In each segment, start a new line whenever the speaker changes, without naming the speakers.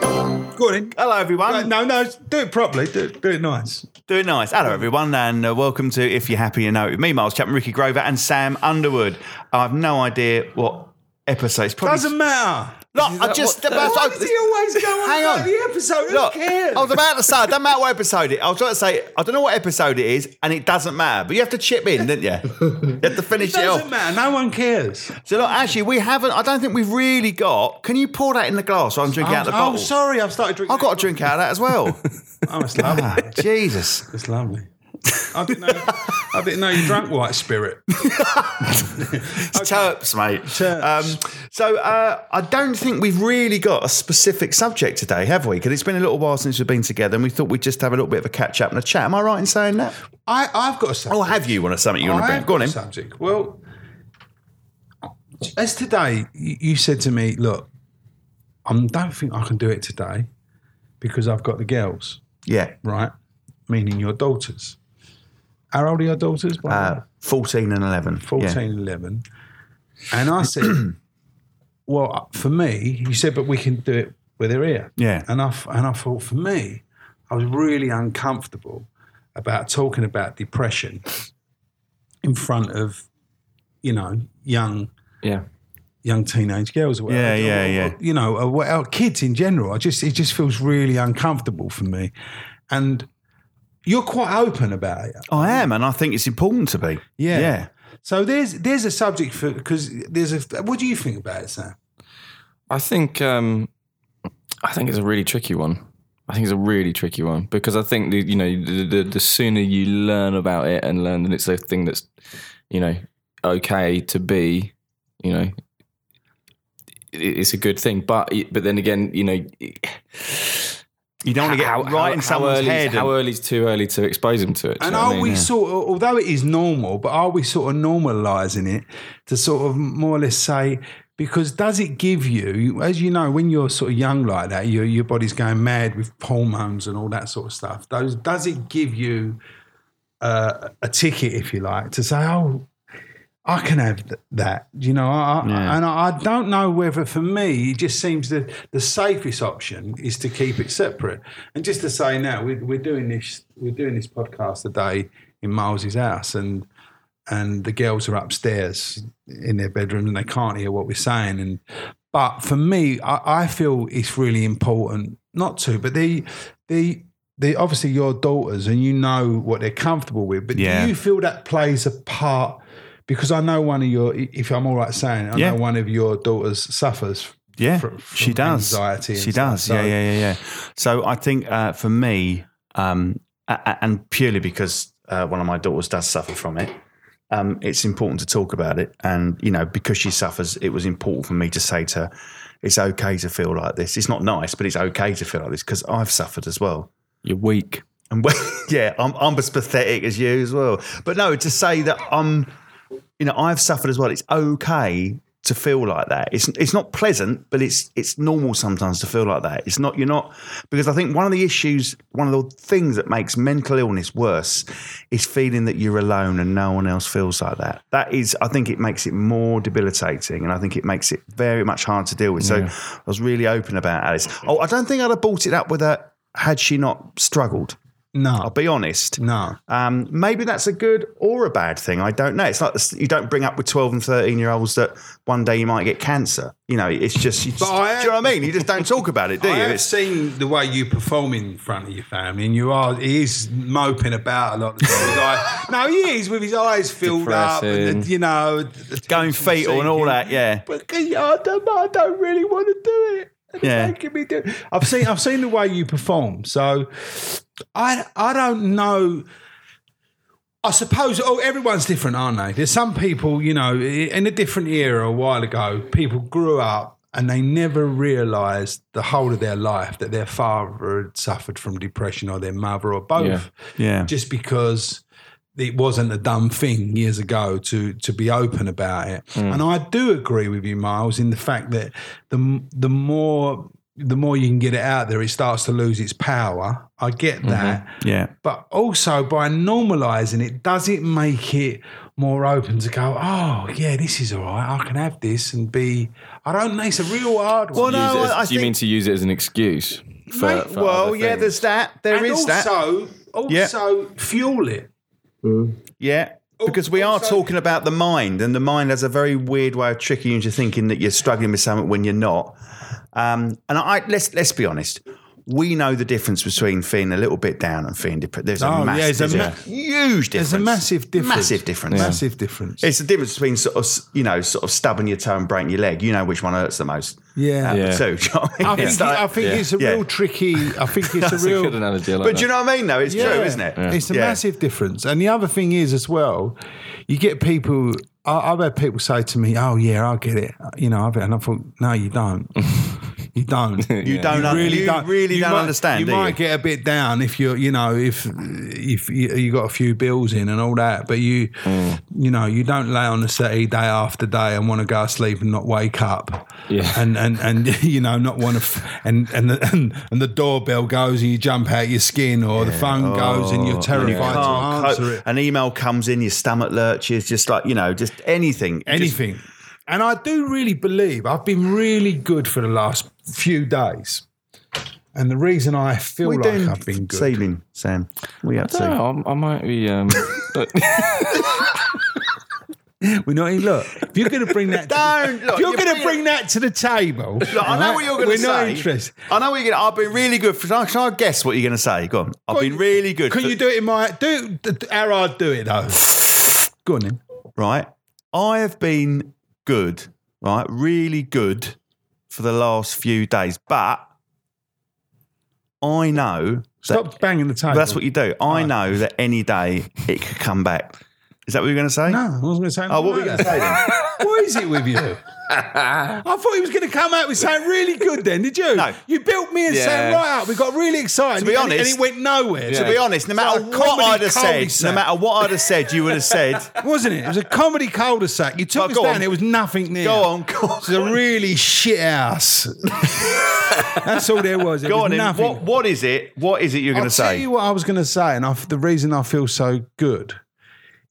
Go on in.
Hello, everyone.
Right, no, no, do it properly. Do it, do it nice.
Doing nice. Hello, everyone, and uh, welcome to If You're Happy, You Know It. With me, Miles Chapman, Ricky Grover, and Sam Underwood. I've no idea what episode. It's probably.
Doesn't matter.
Look, I just. about-
Why does he always go on
Hang
about
on.
the episode? Who
Look,
cares?
I was about to say, it doesn't matter what episode it I was trying to say, I don't know what episode it is, and it doesn't matter. But you have to chip in, didn't you? You have to finish it, off.
doesn't matter. No one cares.
So, look, actually, we haven't, I don't think we've really got. Can you pour that in the glass while I'm drinking out the
oh,
bottle?
sorry, I've started drinking.
I've got a drink out of that as well.
Oh, it's lovely.
Ah, Jesus.
It's lovely. I didn't know. I didn't know you drank white spirit.
Terps, mate.
Terps.
Um, so uh, I don't think we've really got a specific subject today, have we? Because it's been a little while since we've been together, and we thought we'd just have a little bit of a catch up and a chat. Am I right in saying that?
I, I've got a subject.
Or have you? Want something you want to
I
bring?
have
up? Go Oh, on,
got
in.
a subject. Well, as today, you you said to me, "Look, I don't think I can do it today because I've got the girls,
Yeah,
right? Meaning your daughters. How old are your daughters? By the way?
uh, fourteen and eleven.
14,
Yeah.
11. And I said, well, for me, you said, but we can do it with her ear.
Yeah.
And I, f- and I thought, for me, I was really uncomfortable about talking about depression in front of, you know, young
Yeah.
young teenage girls or whatever.
Yeah, yeah,
or-
yeah.
or, you know, or, what- or kids in general. I just it just feels really uncomfortable for me. And you're quite open about it.
I am, and I think it's important to be.
Yeah.
yeah.
So there's there's a subject for because there's a. What do you think about it, Sam?
I think um, I think it's a really tricky one. I think it's a really tricky one because I think the, you know the, the, the sooner you learn about it and learn that it's a thing that's you know okay to be, you know, it, it's a good thing. But but then again, you know,
You don't want to get out right in someone's
early,
head.
How
and-
early's too early to expose them to it? do you
And
know what I
are
mean?
we sort of, although it is normal, but are we sort of normalising it to sort of more or less say, because does it give you, as you know, when you're sort of young like that, your your body's going mad with hormones and all that sort of stuff. Those does it give you uh, a ticket, if you like, to say, oh, I can have th- that, you know. I, I,
Yeah.
And I, I don't know whether for me, it just seems that the safest option is to keep it separate. And just to say now, we, we're doing this, we're doing this podcast today in Miles's house, and and the girls are upstairs in their bedroom and they can't hear what we're saying. And but for me, I, I feel it's really important not to. But the the the obviously your daughters and you know what they're comfortable with. But
Yeah.
do you feel that plays a part? Because I know one of your, if I'm all right saying, it, I
Yeah.
know one of your daughters suffers.
Yeah,
fr- from
she does.
anxiety and
she
stuff,
does.
so-
Yeah, yeah, yeah, yeah. So I think uh, for me, um, a- a- and purely because uh, one of my daughters does suffer from it, um, it's important to talk about it. And you know, because she suffers, it was important for me to say to her, "It's okay to feel like this. It's not nice, but it's okay to feel like this because I've suffered as well."
You're weak.
And when, yeah, I'm, I'm as pathetic as you as well. But no, to say that I'm, you know, I've suffered as well. It's okay to feel like that. It's it's not pleasant, but it's it's normal sometimes to feel like that. It's not you're not because I think one of the issues, one of the things that makes mental illness worse, is feeling that you're alone and no one else feels like that. That is, I think, it makes it more debilitating, and I think it makes it very much hard to deal with. So I was really open about Alice. Oh, I don't think I'd have brought it up with her had she not struggled. I'll
No,
be honest.
no.
Um, maybe that's a good or a bad thing. I don't know. It's like this- you don't bring up with 12 and 13 year olds that one day you might get cancer. You know, it's just, you just-
I-
do you know what I mean? You just don't talk about it, do
I
you?
have
It's,
seen the way you perform in front of your family, and you are he is moping about a lot. Of the time. He's like, no, he is with his eyes filled up, and,
Depressing.
you know, the- the
going
attention
fetal and all
seeking.
that, yeah.
But I don't, I don't really want to do it. And it's
Yeah.
making me do. I've seen I've seen the way you perform, so I I don't know. I suppose oh, everyone's different, aren't they? There's some people, you know, in a different era a while ago, people grew up and they never realised the whole of their life that their father had suffered from depression or their mother or both
Yeah.
Yeah.
just because it wasn't a dumb thing years ago to to be open about it.
Hmm.
And I do agree with you, Miles, in the fact that the m- the more the more you can get it out there, it starts to lose its power. I get that,
Mm-hmm. Yeah.
but also by normalising it, does it make it more open to go? Oh, yeah, this is all right. I can have this and be. I don't know. It's a real hard one.
Well, no,
Use it as-
I
you mean
think-
to use it as an excuse? for,
Mate,
for
Well,
other
yeah,
things.
there's that. There
and
is that.
also,
Yeah.
also fuel it.
Yeah. Because we are
also-
talking about the mind, and the mind has a very weird way of tricking you into thinking that you're struggling with something when you're not. Um, and I let's let's be honest, we know the difference between feeling a little bit down and feeling depressed. There's a,
Oh,
mass-
yeah, it's a
there's a
ma-
huge difference.
There's a massive difference.
Massive difference.
Massive difference.
It's the difference between sort of you know sort of stubbing your toe and breaking your leg. You know which one hurts the most.
Yeah.
out of the
Yeah.
two, do you know what I mean?
I think,
It's like-
I think it's a
Yeah.
real tricky. I think it's a
That's a
real.
good analogy. I like
but
that.
do you know what I mean? Though it's true, isn't it?
It's a
Yeah.
massive difference. And the other thing is, as well, you get people. I, I've had people say to me, "Oh yeah, I get it." You know, I've and I thought, "No, you don't. you don't.
You don't
You
un-
really
you
don't.
really
you
don't
might,
understand.
You
do
might get a bit down if you're, you know, if if you, you got a few bills in and all that. But you,
Mm.
you know, you don't lay on the settee day after day and want to go to sleep and not wake up.
Yeah.
And and and you know, not want to. F- and and the, and, and the doorbell goes and you jump out your skin, or the phone goes and you're terrified
Oh. Can't
to answer
cope.
it.
An email comes in, your stomach lurches, just like you know, just anything, Just-
Anything. and I do really believe I've been really good for the last few days. And the reason I feel
What are
like
you doing
I've been good.
this evening, Sam? We up to
Oh, I, I might be. Um, but-
We're not in. Look, if you're going to bring that,
Don't,
To,
look,
if you're
you're
going to bring
bringing-
that to the table.
Look, I know
right,
what you're going
We're
to say.
not interested.
I know what you're going. to. I've been really good for. Can I guess what you're going to say? Go on. I've been really good.
Can
for,
you do it in my? Do Arad do it though? Go on then.
right? I have been good, right? Really good for the last few days, but I know
Stop banging the table.
But that's what you do. I know that any day it could come back. Is that what you were going to say?
No, I wasn't going to say.
Oh, what were you going to say then?
What is it with you? I thought he was going to come out with something really good. Then did you?
No.
You built me and
Yeah.
Sam right up. We got really excited.
To be
and it-
honest-
and it went nowhere.
To be honest, no matter
a
what
comedy
I'd have said,
cul-de-sac.
no matter what I'd have said, you would have said,
wasn't it? It was a comedy cul-de-sac. You took
But
us
Oh, go
down.
on.
There was nothing near.
"Go on, go
It was a
on,
really shit house. That's all there was. There
go
was
on." And
nothing.
what, what is it? What is it you're going
I'll
to
tell
say?
you what I was going to say, and I, the reason I feel so good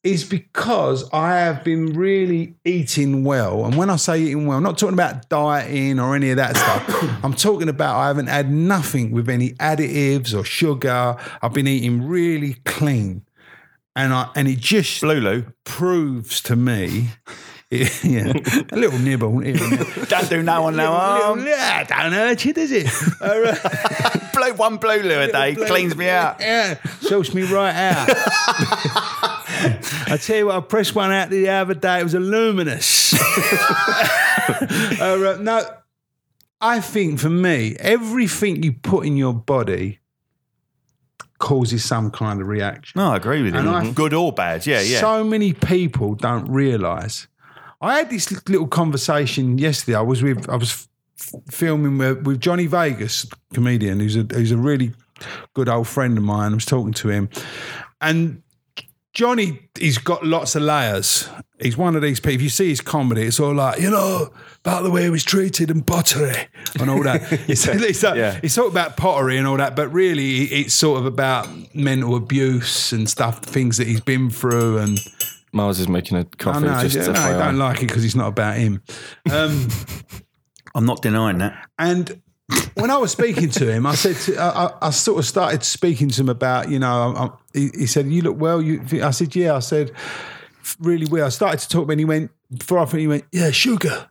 is because I have been really eating well. And when I say eating well, I'm not talking about dieting or any of that stuff. I'm talking about I haven't had nothing with any additives or sugar. I've been eating really clean. And I and it just
Lulu,
proves to me, yeah, a little nibble. Here and there.
don't do no one now.
Little-
Um, arm.
little- yeah, don't hurt you, does it? All right.
Blow one blue loo a day cleans me out.
Yeah, sorts me right out. I tell you what, I pressed one out the other day. It was luminous. uh, no, I think for me, everything you put in your body causes some kind of reaction.
No, I agree with you.
And I-
Good or bad, yeah, yeah.
So many people don't realise. I had this little conversation yesterday. I was with I was f- filming with, with Johnny Vegas, comedian, who's a who's a really good old friend of mine. I was talking to him, and Johnny, he's got lots of layers. He's one of these people. If you see his comedy, it's all like, you know, about the way he was treated and pottery and all that. it's, it's, like,
Yeah.
it's all about pottery and all that, but really it's sort of about mental abuse and stuff, things that he's been through. And
Miles is making a
I
coffee.
know,
just
yeah, no, I
FYI.
don't like it because it's not about him. Um,
I'm not denying that.
And when I was speaking to him, I said, to, I, I, I sort of started speaking to him about, you know, I, I, he, he said, "You look well." You, I said, "Yeah." I said, "Really well." I started to talk, and he went, "For I think he went, yeah, sugar."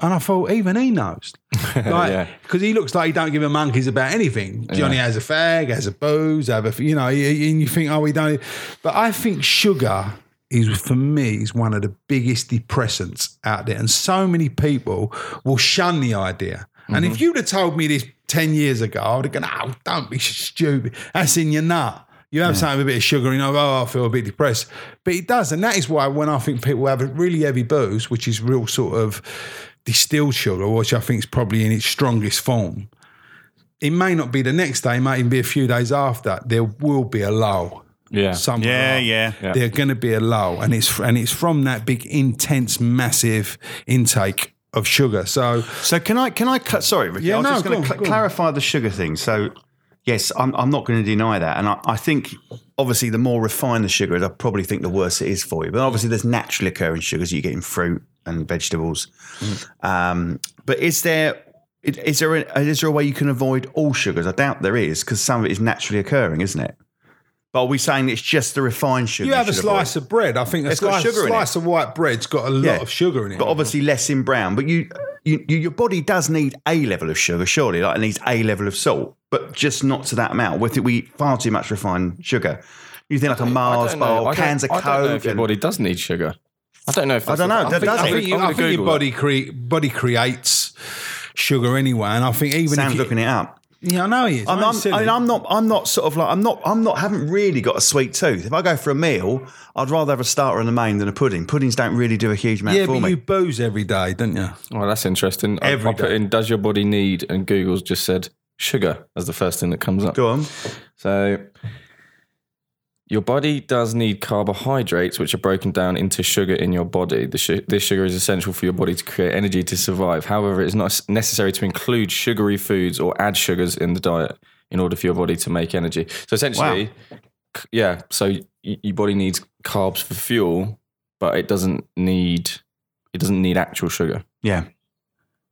And I thought, even he knows, like,
Yeah.
because he looks like he don't give a monkeys about anything. Johnny has a fag, has a booze, have a, f- you know, y- y- and you think, oh, we don't. But I think sugar is for me is one of the biggest depressants out there, and so many people will shun the idea. And if you'd have told me this ten years ago, I would have gone, oh, don't be stupid. That's in your nut. You have something with a bit of sugar, you know, oh, I feel a bit depressed. But it does. And that is why when I think people have a really heavy booze, which is real sort of distilled sugar, which I think is probably in its strongest form, it may not be the next day, it might even be a few days after, there will be a lull
Yeah.
somewhere.
Yeah,
up.
yeah.
Yeah.
They're going to be a lull, and it's and it's from that big, intense, massive intake of sugar. So
So can I? Can I? Cl- sorry, Ricky.
Yeah,
I was
no,
just going
go on,
to
go on.
clarify the sugar thing. So yes, I'm, I'm not going to deny that, and I, I think obviously the more refined the sugar is, I probably think the worse it is for you. But obviously, there's naturally
Mm.
occurring sugars you get in fruit and vegetables. Um, but is there? Is is there a, is there a way you can avoid all sugars? I doubt there is because some of it is naturally occurring, isn't it? But are we saying it's just the refined sugar?
You have a
should
slice
avoid?
of bread. I think a
It's got
slice,
sugar in it.
slice of white bread's got a lot
Yeah.
of sugar in it.
but obviously less in brown. But you, you, you, your body does need a level of sugar, surely. Like it needs a level of salt, but just not to that amount. With it, we eat far too much refined sugar. You think like a Mars bar, or cans of
I don't know
Coke,
if your
and-
body does need sugar. I don't know if
I
that's
don't know.
I'm
That
thinking-
does
I
it.
think, you,
I'm gonna
I think your
Google that.
body cre- body creates sugar anyway, and I think even
Sam's
if you,
looking it up.
yeah, I know he is.
I'm,
I ain't
I'm,
silly.
I mean, I'm not. I'm not sort of like. I'm not. I'm not. Haven't really got a sweet tooth. If I go for a meal, I'd rather have a starter and a main than a pudding. Puddings don't really do a huge amount
yeah,
for
but
me.
you booze every day, don't you?
Well, Oh, that's interesting. I-
Every
I put
day.
in "Does your body need?" and Google's just said sugar as the first thing that comes up.
go on.
So your body does need carbohydrates, which are broken down into sugar in your body. The su- this sugar is essential for your body to create energy to survive. However, it is not s- necessary to include sugary foods or add sugars in the diet in order for your body to make energy. So essentially, c- yeah. So y- your body needs carbs for fuel, but it doesn't need it doesn't need actual sugar.
Yeah,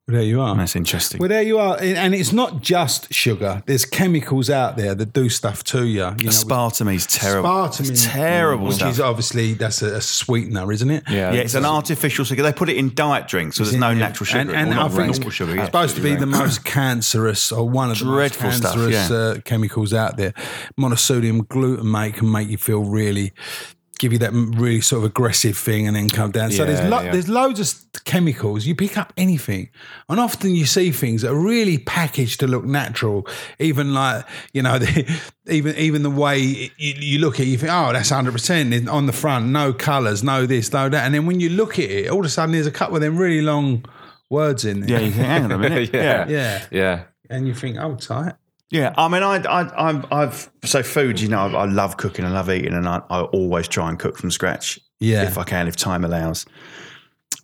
There you are.
that's interesting.
Well, there you are, and and it's not just sugar. There's chemicals out there that do stuff to you. You know,
Aspartame's terrible.
Spartan,
terrible
which
stuff.
is obviously that's a, a sweetener, isn't it?
yeah, it's an artificial sugar. They put it in diet drinks, so there's no natural sugar.
And,
in it,
and
or
I
not
think
normal
it's
sugar. Yeah.
supposed to be the most cancerous or one of the
Dreadful
most
stuff,
cancerous
yeah.
uh, chemicals out there. Monosodium glutamate can make you feel really, give you that really sort of aggressive thing, and then come down. So there's
Yeah,
lo-
yeah.
there's loads of st- chemicals. You pick up anything, and often you see things that are really packaged to look natural. Even like you know, the, even even the way you, you look at it, you think, oh, that's hundred percent on the front, no colours, no this, no that, and then when you look at it, all of a sudden there's a couple of them really long words in there.
Yeah, you think, hang on a minute. yeah.
Yeah.
yeah.
And you think, oh, tight.
Yeah, I mean, I, I, I've, I've so food. You know, I, I love cooking, I love eating, and I, I always try and cook from scratch
Yeah.
if I can, if time allows.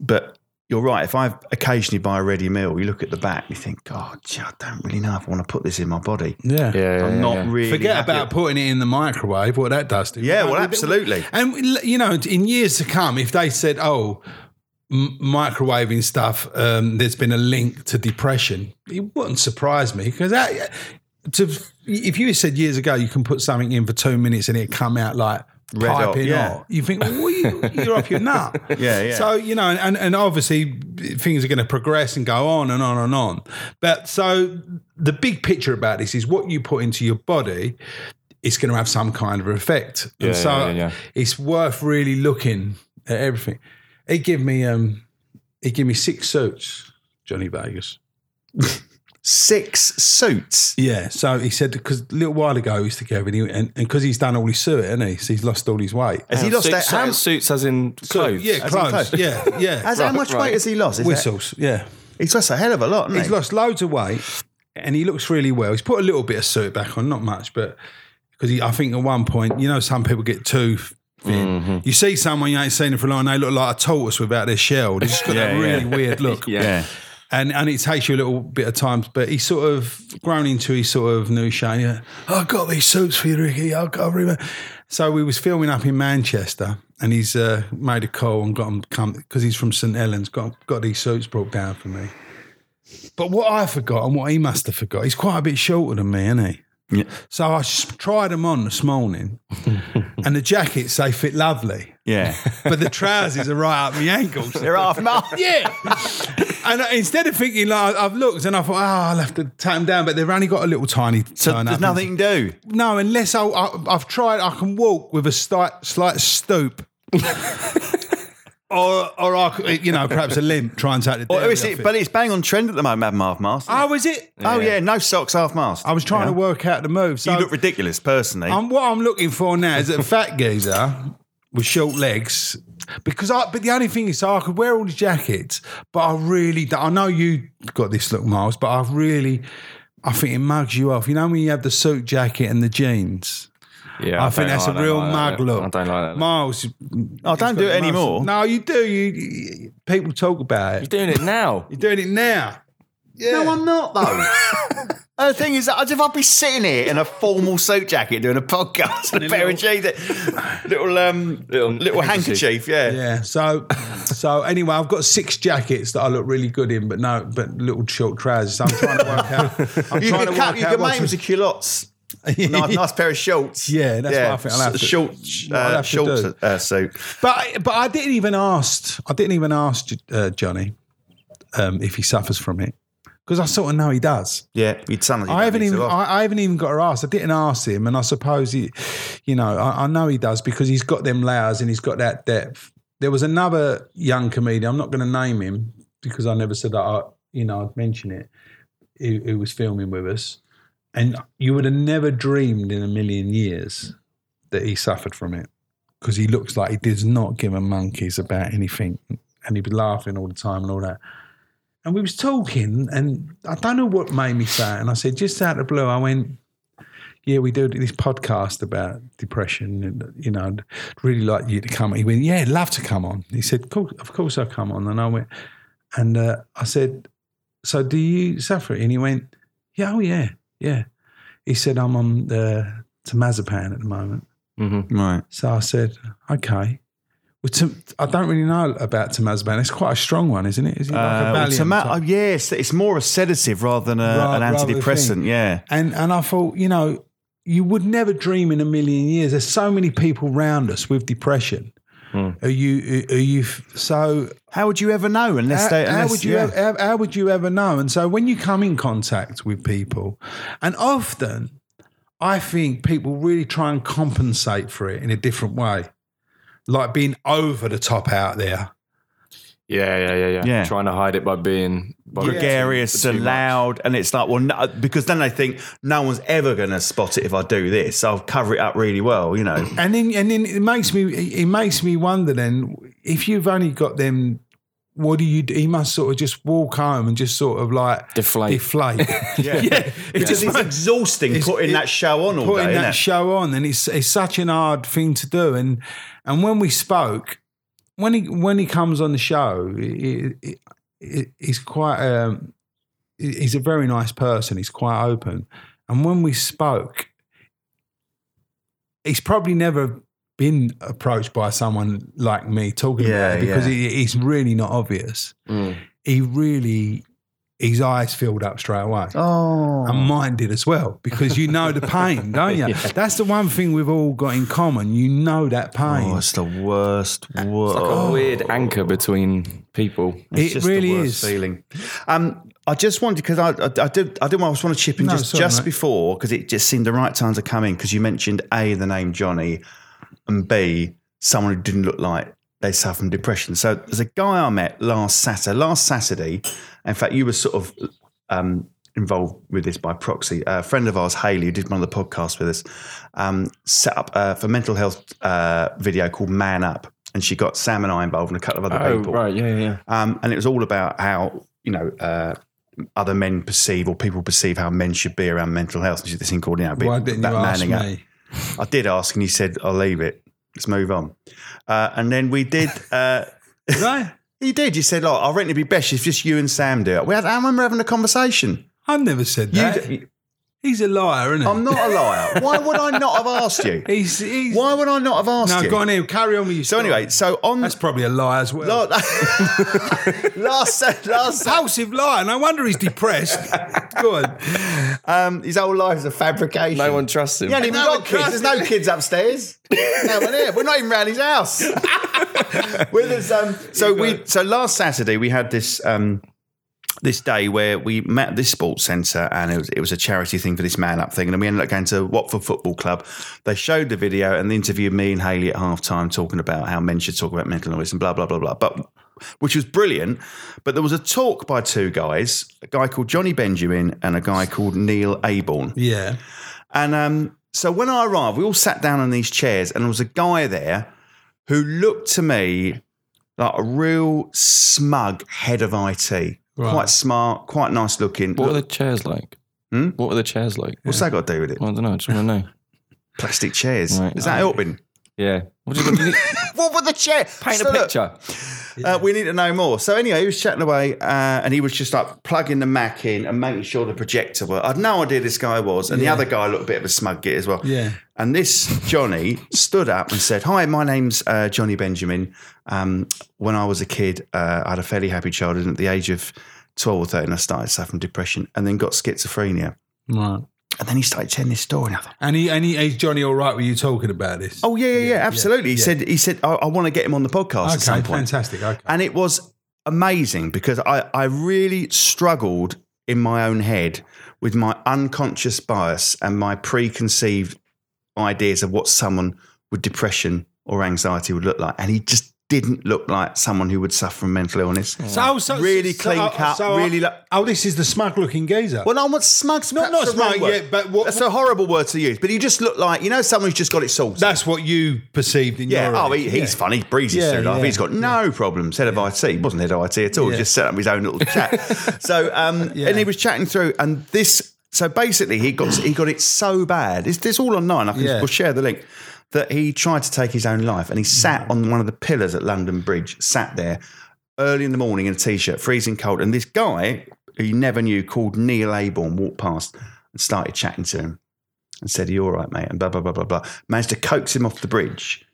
But you're right. If I occasionally buy a ready meal, you look at the back, and you think, God, gee, I don't really know if I want to put this in my body.
yeah.
Yeah, yeah,
I'm not
yeah.
really
Forget
happy-
about putting it in the microwave, what that does to you.
Yeah, well, absolutely.
And, you know, in years to come, if they said, oh, m- microwaving stuff, um, there's been a link to depression, it wouldn't surprise me because that. uh, To, if you said years ago you can put something in for two minutes and it come out like
Red hot,
piping
yeah.
hot, you think well, you, you're off your nut.
Yeah, yeah.
So you know, and and obviously things are going to progress and go on and on and on. But so the big picture about this is what you put into your body. It's going to have some kind of effect,
Yeah,
and so
yeah, yeah, yeah.
it's worth really looking at everything. He give me um, he give me six suits, Johnny Vegas.
six suits.
Yeah. So he said because a little while ago he was together, and because and, 'cause he's done all his suit, hasn't he? So he's lost all his weight.
Has he lost
Suits-
that? How,
suits as in clothes.
yeah,
in
clothes.
clothes.
Yeah, yeah.
has, how much
right.
weight has he lost? Is that-
Whistles. Yeah.
he's lost a hell of a lot. Hasn't
He's
he?
lost loads of weight and he looks really well. He's put a little bit of suit back on, not much, but because I think at one point, you know, some people get too thin.
Mm-hmm.
You see someone you ain't seen for a long, they look like a tortoise without their shell. They just got that
Yeah, yeah.
really weird look.
Yeah.
And and it takes you a little bit of time, but he's sort of grown into his sort of new shape. Yeah, I got these suits for you, Ricky. I got remember. So we was filming up in Manchester, and he's uh, made a call and got him come because he's from St Helens. Got got these suits brought down for me. But what I forgot and what he must have forgot, he's quite a bit shorter than me, isn't he?
Yeah.
So I s- tried them on this morning, and the jackets they fit lovely,
Yeah.
but the trousers are right up my ankles.
They're half mile.
Yeah. and I- instead of thinking, like, I've looked and I thought, oh, I'll have to tie them down, but they've only got a little tiny.
So
turn
there's
up.
nothing to do.
No, unless I, I, I've tried, I can walk with a slight, slight stoop. or, or I, could, you know, perhaps a limp, try and take the.
Or
dairy
is
off
it, but it's bang on trend at the moment, having half mast.
oh, was it?
Oh yeah, no socks, half mast.
I was trying to work out the move. So
You look ridiculous, personally.
I'm, what I'm looking for now is a fat geezer with short legs. Because I, but the only thing is, I could wear all the jackets, but I really, don't- I know you got this look, Miles, but I really, I think it mugs you off. You know when you have the suit jacket and the jeans.
Yeah,
I, think
don't-
that's
I
a
don't
real
like that
mug look.
I don't like that.
Miles.
I Oh, don't do it anymore.
No, you do. You, you- people talk about
You're
it.
doing it now.
You're doing it now. Yeah.
No, I'm not though. the thing is, that if I'd be sitting here in a formal suit jacket doing a podcast and a pair of jeans, that- little um,
Little
little, handkerchief,
handkerchief.
yeah.
Yeah. So, so anyway, I've got six jackets that I look really good in, but no, but little short trousers. So I'm trying to work out. I'm
You
trying
can,
to
cut,
work
you
out.
can make
what's-
them to culottes. nice, nice pair of shorts.
Yeah, that's what I think I'll have
s-
to-
short,
what I'll
uh,
have to
short
do.
uh, suit.
but but I didn't even ask. I didn't even ask uh, Johnny um, if he suffers from it because I sort of know he does.
Yeah, you'd sound like you
I
don't
haven't
need to
even
laugh.
I, I haven't even got her asked. I didn't ask him, and I suppose he, you know, I, I know he does because he's got them layers and he's got that depth. There was another young comedian. I'm not going to name him because I never said that. I, you know, I'd mention it. Who, who was filming with us, and you would have never dreamed in a million years that he suffered from it because he looks like he does not give a monkeys about anything, and he'd be laughing all the time and all that. And we was talking, and I don't know what made me say it. And I said, just out of the blue, I went, "Yeah, we do this podcast about depression, and you know, I'd really like you to come." He went, "Yeah, I'd love to come on." He said, cool, "Of course I'll come on." And I went, and uh, I said, "So do you suffer?" And he went, "Yeah, oh yeah, yeah." He said, "I'm on the temazepam at the moment."
Mhm.
Right.
So I said, okay. Well, to, I don't really know about Temazepam. It's quite a strong one, isn't it? Is it like
Uh,
a
well,
Valium
toma-
type?
oh, yes, it's more a sedative rather than a,
Ra-
an
rather than
antidepressant. Yeah.
And and I thought, you know, you would never dream in a million years. There's so many people round us with depression. Are you? Are you? f- So
How would you ever know unless
how,
they?
how
Unless,
would you?
yeah.
ev- How, how would you ever know? And so when you come in contact with people, and often, I think people really try and compensate for it in a different way, like being over the top out there.
Yeah, yeah, yeah, yeah,
Yeah.
Trying to hide it by being by
gregarious
too
and
much.
loud, and it's like, well, no, because then they think no one's ever going to spot it if I do this. I'll cover it up really well, you know.
and then and then it makes me it makes me wonder then if you've only got them what do you do? He must sort of just walk home and just sort of like
Deflate.
deflate.
Yeah, because it's exhausting putting
it-
that show on all
putting
day.
that
innit?
show on, and it's it's such an hard thing to do. And and when we spoke, when he when he comes on the show, it, it, it, he's quite um, he- he's a very nice person. He's quite open. And when we spoke, he's probably never been approached by someone like me talking
Yeah,
about it because
yeah.
it, it's really not obvious.
Mm.
He really. His eyes filled up straight away
oh,
and mine did as well because you know the pain, don't you? That's the one thing we've all got in common. You know that pain.
oh, it's the worst. Word.
Like a weird anchor between people.
it really is.
feeling. Um, I just wanted because I, I I did I did want I just want to chip in
No,
just
sorry,
just
mate.
before because it just seemed the right time to come in because you mentioned a the name Johnny and b someone who didn't look like they suffer from depression. So there's a guy I met last Saturday. Last Saturday, in fact, you were sort of um, involved with this by proxy. A friend of ours, Haley, who did one of the podcasts with us, um, set up uh, for mental health uh, video called "Man Up." And she got Sam and I involved and a couple of other
Oh,
people
right, yeah, yeah, yeah.
um, and it was all about how you know uh, other men perceive or people perceive how men should be around mental health. This thing called you know,
Why
be-
didn't you ask
manning up.
me?
I did ask, and he said, "I'll leave it. Let's move on." Uh, and then we did. Uh,
Did I?
he did. You said, "Like I reckon it'd be best if just you and Sam do it." We had, I remember having a conversation.
I never said
You,
that.
d-
he's a liar, isn't he?
I'm not a liar. Why would I not have asked you?
He's, he's
Why would I not have asked
No,
you?
go on here. Carry on with your
So
story.
anyway, so on
that's probably a lie as well.
last last, last
Impulsive liar. No wonder he's depressed. go on.
Um, his whole life is a fabrication.
No one trusts him.
He ain't even
No
got
one
kids.
trusts
There's no kids upstairs. no one here. We're not even round his house. With his, um, so we so last Saturday we had this um, this day where we met at this sports centre and it was, it was a charity thing for this man up thing and then we ended up going to Watford Football Club. They showed the video and they interviewed me and Haley at half time talking about how men should talk about mental illness and blah blah blah blah. But which was brilliant. But there was a talk by two guys, a guy called Johnny Benjamin and a guy called Neil Aborn.
Yeah.
And um, so when I arrived, we all sat down on these chairs, and there was a guy there who looked to me like a real smug head of IT. Quite smart, quite nice looking.
What were
Look-
the chairs like?
Hmm?
What were the chairs like?
What's that got to do with it?
I don't know. I just want to know.
Plastic chairs.
Right.
Is that helping?
Yeah. What do you, do you
What with the chair?
paint
So
a
look,
picture?
Uh, we need to know more. So anyway, he was chatting away, uh, and he was just like plugging the Mac in and making sure the projector worked. I'd no idea this guy was, and the other guy looked a bit of a smug git as well.
Yeah.
And this Johnny stood up and said, "Hi, my name's uh, Johnny Benjamin. Um, when I was a kid, uh, I had a fairly happy childhood. And at the age of twelve or thirteen, I started suffering depression, and then got schizophrenia.
Right.
And then he started telling this story, and I thought."
And he, and he, is Johnny all right with you talking about this?
Oh yeah, yeah, yeah, absolutely. He
yeah.
said, he said, I, I want to get him on the podcast
okay,
at some point,
fantastic. Okay.
and it was amazing because I, I really struggled in my own head with my unconscious bias and my preconceived ideas of what someone with depression or anxiety would look like, and he just didn't look like someone who would suffer from mental illness.
So, so
Really
so-
clean cut,
so-
really. Lo-
oh, this is the smug looking geezer.
well, no, what's smug's
Not-
perhaps
not
the wrong
smug,
word.
yeah, but what-
that's a horrible word to use. But he just looked like you know someone who's just got it sorted.
That's what you perceived in
Yeah.
your.
Oh, he,
head.
he's funny. He breezes
Yeah,
through life.
yeah.
He's got no problems. Head of IT. He wasn't head of IT at all. He
Yeah.
just set up his own little chat. so, um,
Yeah.
and he was chatting through, and this. So basically, he got he got it so bad. It's, it's all online. I can
Yeah.
we'll share the link. That he tried to take his own life, and he sat
Mm-hmm.
on one of the pillars at London Bridge. Sat there early in the morning in a t-shirt, freezing cold. And this guy who you never knew called Neil Aborn walked past and started chatting to him and said, Are you all right, mate? And blah, blah, blah, blah, blah. Managed to coax him off the bridge.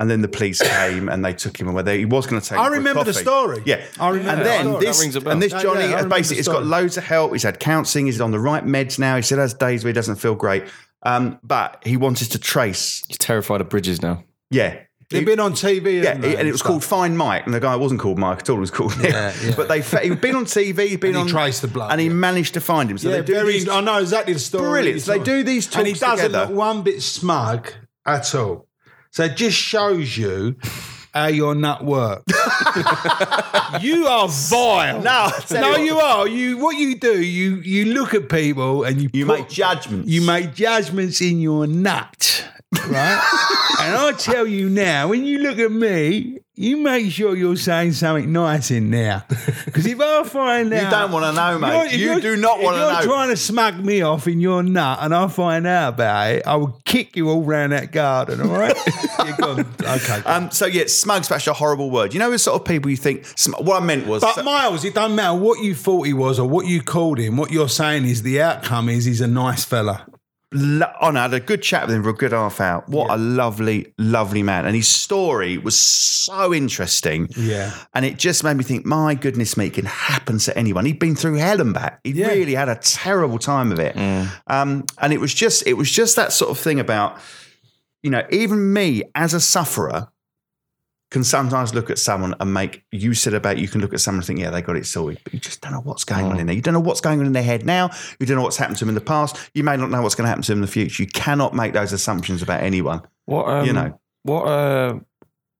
And then the police came and they took him away. They, he was going to take.
I
him for
remember the
coffee.
story.
Yeah,
I remember
And
the
then
story.
this
That rings a bell.
and this
Yeah,
Johnny
yeah, I remember
basically,
the
he's got
story.
loads of help. He's had counselling. He's on the right meds now. He still has days where he doesn't feel great. Um, but he wanted to trace.
He's terrified of bridges now.
Yeah,
They've been on TV.
yeah,
haven't
he-
they,
and it was
stuff?
called Find Mike, and the guy wasn't called Mike at all. It was called Nick.
Yeah, yeah.
But they fa- he'd been on TV, he'd
And
been
he
on
traced the blood,
and he
yeah.
managed to find him. So
Yeah,
they do
very.
these-
I know exactly the story.
Brilliant. So they do these
and he
talks
doesn't
together.
look one bit smug at all. So it just shows you how your nut works. you are vile.
No, I tell
no,
Ah, you what.
you are. You what you do? You you look at people and you
you
put-
make judgments.
you make judgments in your nut, right? and I tell you now, when you look at me, you make sure you're saying something nice in there. Because if I find out.
You don't want to know,
You're-
mate.
if
You
you're-
do not
if
want
you're
to know.
trying to smug me off in your nut and I find out about it, I will kick you all round that garden, all right? You're gone. Okay.
um, so yeah, smug's actually a horrible word. You know, the sort of people you think. Sm- what I meant was,
but
so-
Miles, it doesn't matter what you thought he was or what you called him. What you're saying is the outcome is he's a nice fella.
lo- oh no, I had a good chat with him for a good half hour. What a lovely, lovely man, and his story was so interesting.
Yeah.
and it just made me think, my goodness me, it can happen to anyone. He'd been through hell and back. He
Yeah.
really had a terrible time of it. Um, and it was just, it was just that sort of thing about, you know, even me as a sufferer can sometimes look at someone and make you said about you can look at someone and think, yeah, they got it sorted, but you just don't know what's going
Mm.
on in there. You don't know what's going on in their head now. You don't know what's happened to them in the past. You may not know what's going to happen to them in the future. You cannot make those assumptions about anyone.
What um,
You know.
What uh,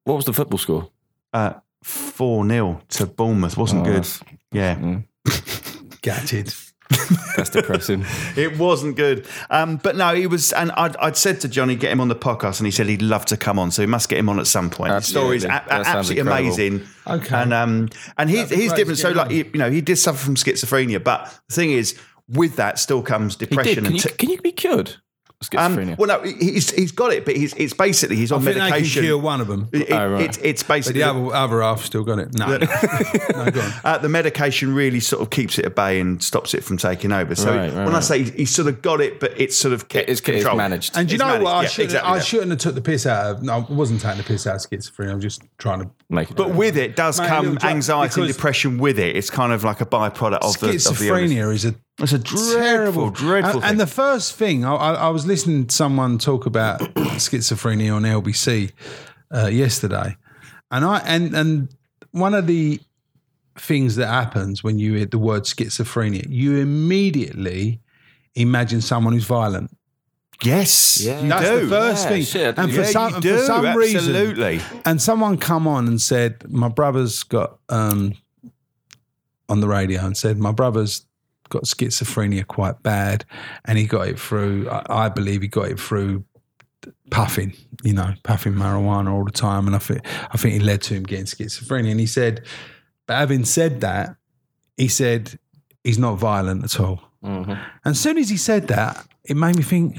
what was the football score?
Uh, 4 0 to Bournemouth wasn't
Oh,
good.
that's-
Yeah.
Gutted.
That's depressing.
It wasn't good. Um, but no, he was, and I'd, I'd said to Johnny, get him on the podcast, and he said he'd love to come on. So he must get him on at some point. His story is a-
Absolutely.
a-
That sounds
absolutely
incredible.
amazing.
Okay.
And um, and he,
be
he's
great
different.
to
So
get
like
on.
he, you know, he did suffer from schizophrenia, but the thing is, with that still comes
He did.
depression.
Can
and
you,
t-
can you be cured?
um,
Schizophrenia.
well, no, he- he's he's got it, but he's it's basically he's on
I think they can
medication.
cure one of them.
It- it-
Oh, right.
it's, it's
But
basically
the other, other half still got it. No. no, go on.
uh, the medication really sort of keeps it at bay and stops it from taking over. So
Right, right,
when I
right.
say he, he's sort of got it, but it's sort of kept
it's, it's
controlled.
managed.
And do you
It's
know
managed.
what? I,
Yeah,
shouldn't,
exactly
I
that.
shouldn't have took the piss out of. No, I wasn't taking the piss out of schizophrenia. I'm just trying to.
Make it
But with it does
Mate,
come
you'll-
anxiety and
because-
depression with it. It's kind of like a byproduct of the, of the illness.
Schizophrenia is a
It's a dreadful,
and,
dreadful
and
thing.
the first thing I, I, I was listening to someone talk about schizophrenia on LBC uh, yesterday, and I and and one of the things that happens when you hear the word schizophrenia, you immediately imagine someone who's violent.
yes,
Yeah.
you
That's
do.
the first
Yeah,
thing,
shit.
and for
Yeah,
some,
you
and
do,
for some reason,
absolutely.
and someone come on and said, "My brother's got um, on the radio and said my brother's got schizophrenia quite bad, and he got it through. I, I believe he got it through puffing, you know, puffing marijuana all the time, and I think I think it led to him getting schizophrenia. And he said, but having said that, he said he's not violent at all.
Mm-hmm.
Mhm.
And as soon as he said that, it made me think.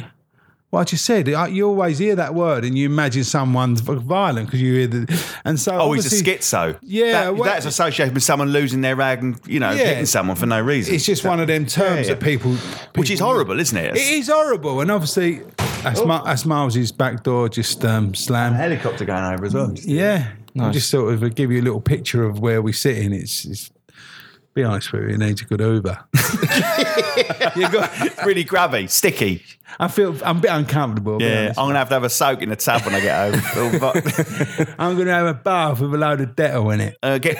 Well, I just said, I- you always hear that word and you imagine someone's violent because you hear the. And so.
Oh, he's a
obviously,
schizo.
Yeah,
That-
well-
that's associated with someone losing their rag and you know
Yeah.
hitting someone for no reason,
It's just one of them terms
yeah.
that people.
which is
people-
horrible, isn't it?
It is horrible. And obviously, that's, Ma- that's Miles's back door just um, slammed.
helicopter going over as well.
Yeah, I'll just sort of uh, give you a little picture of where we're sitting. It's, it's be honest with you, it needs a good Uber.
You've got it's really grabby, sticky.
I feel I'm a bit uncomfortable. I'll be
Yeah,
honest.
I'm gonna have to have a soak in the tub when I get home. Oh, All vo-
I'm going to have a bath with a load of Dettol in it.
Uh, get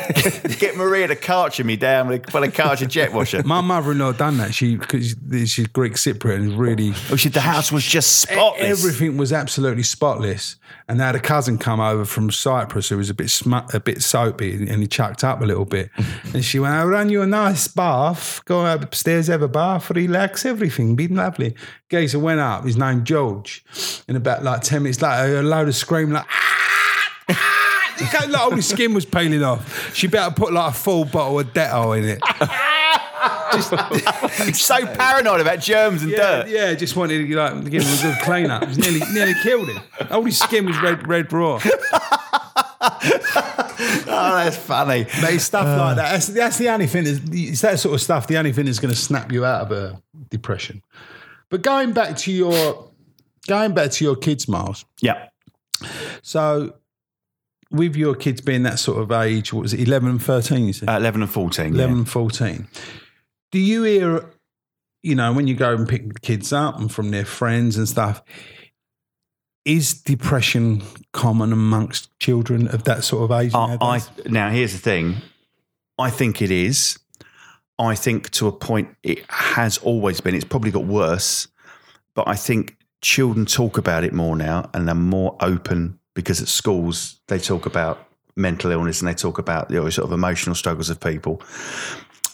get Maria to karcher me down with a, well, a karcher jet washer.
My mother-in-law done that. She because she's Greek Cypriot and really
Oh shit! The house was just spotless.
E-, everything was absolutely spotless. And they had a cousin come over from Cyprus who was a bit sm- a bit soapy and he chucked up a little bit. and she went, "I'll run you a nice bath. Go upstairs, have a bath, relax, everything, be lovely." Gazer went up. His name George. And about like ten minutes later, a load of scream like. "Ah, Like all his skin was peeling off. She better put like a full bottle of Dettol in it.
so paranoid about germs and
Yeah,
dirt.
yeah, just wanted to like give him a good clean up. It was nearly nearly killed him. All his skin was red red raw.
Oh, that's funny.
But it's stuff
Uh.
like that. That's, that's the only thing. Is, it's that sort of stuff. The only thing that's going to snap you out of a depression. But going back to your going back to your kids, Miles.
Yeah,
So with your kids being that sort of age, what was it, eleven and thirteen? You said
uh, eleven and fourteen. yeah.
11 14 do you hear you know when you go and pick the kids up and from their friends and stuff is depression common amongst children of that sort of age
I, Uh, I
nowadays?
now here's the thing. I think it is. I think to a point it has always been. It's probably got worse, but I think children talk about it more now and they're more open because at schools they talk about mental illness and they talk about the sort of emotional struggles of people.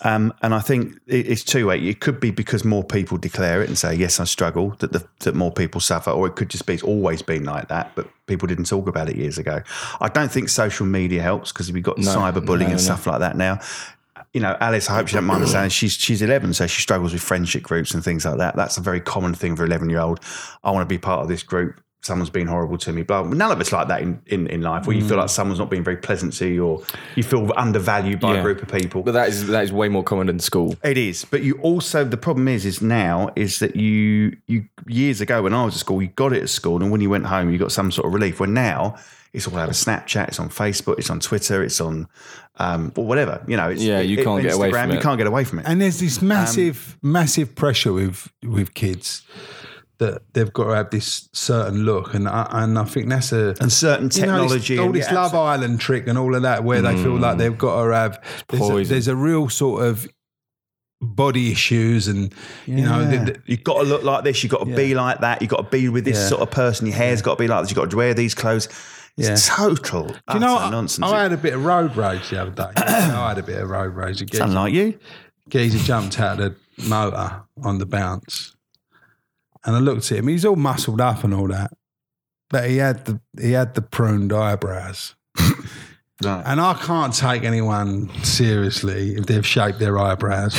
Um, and I think it- it's two way. It could be because more people declare it and say, "Yes, I struggle," that the, that more people suffer, or it could just be it's always been like that, but people didn't talk about it years ago. I don't think social media helps because we've got cyberbullying and stuff like that now. You know, Alice, I hope you don't mind me saying, she's she's eleven, so she struggles with friendship groups and things like that. That's a very common thing for an eleven year old. I want to be part of this group. Someone's been horrible to me. Blah. blah. None of it's like that in, in, in life, where you
Mm.
feel like someone's not being very pleasant to you, or you feel undervalued by a
Yeah.
group of people.
But that is that is way more common in school.
It is, but you also the problem is is now is that you you years ago when I was at school you got it at school and when you went home you got some sort of relief. Well now it's all over Snapchat, it's on Facebook, it's on Twitter, it's on um or whatever you know. It's,
Yeah, you can't get away from
You
it.
can't get away from it.
and there's this
Um,
massive massive pressure with with kids that they've got to have this certain look and I, and I think that's a
And certain
you know, this-
technology,
all
and- Mm.
this
yeah,
Love Island trick and all of that, where they feel like they've got to have. There's a,
poison.
there's a real sort of body issues, and you know, the, the-
You've got to look like this. You've got to be like that. You've got to be with this
Yeah.
sort of person. Your hair's got to be like this. You've got to wear these clothes. It's total
you know, I-
nonsense.
I had a bit of road rage the other day. I had a bit of road rage. A geezer,
Unlike you.
geezer jumped out of the motor on the bounce, and I looked at him. He's all muscled up and all that, but he had the he had the pruned eyebrows.
Right.
And I can't take anyone seriously if they've shaped their eyebrows.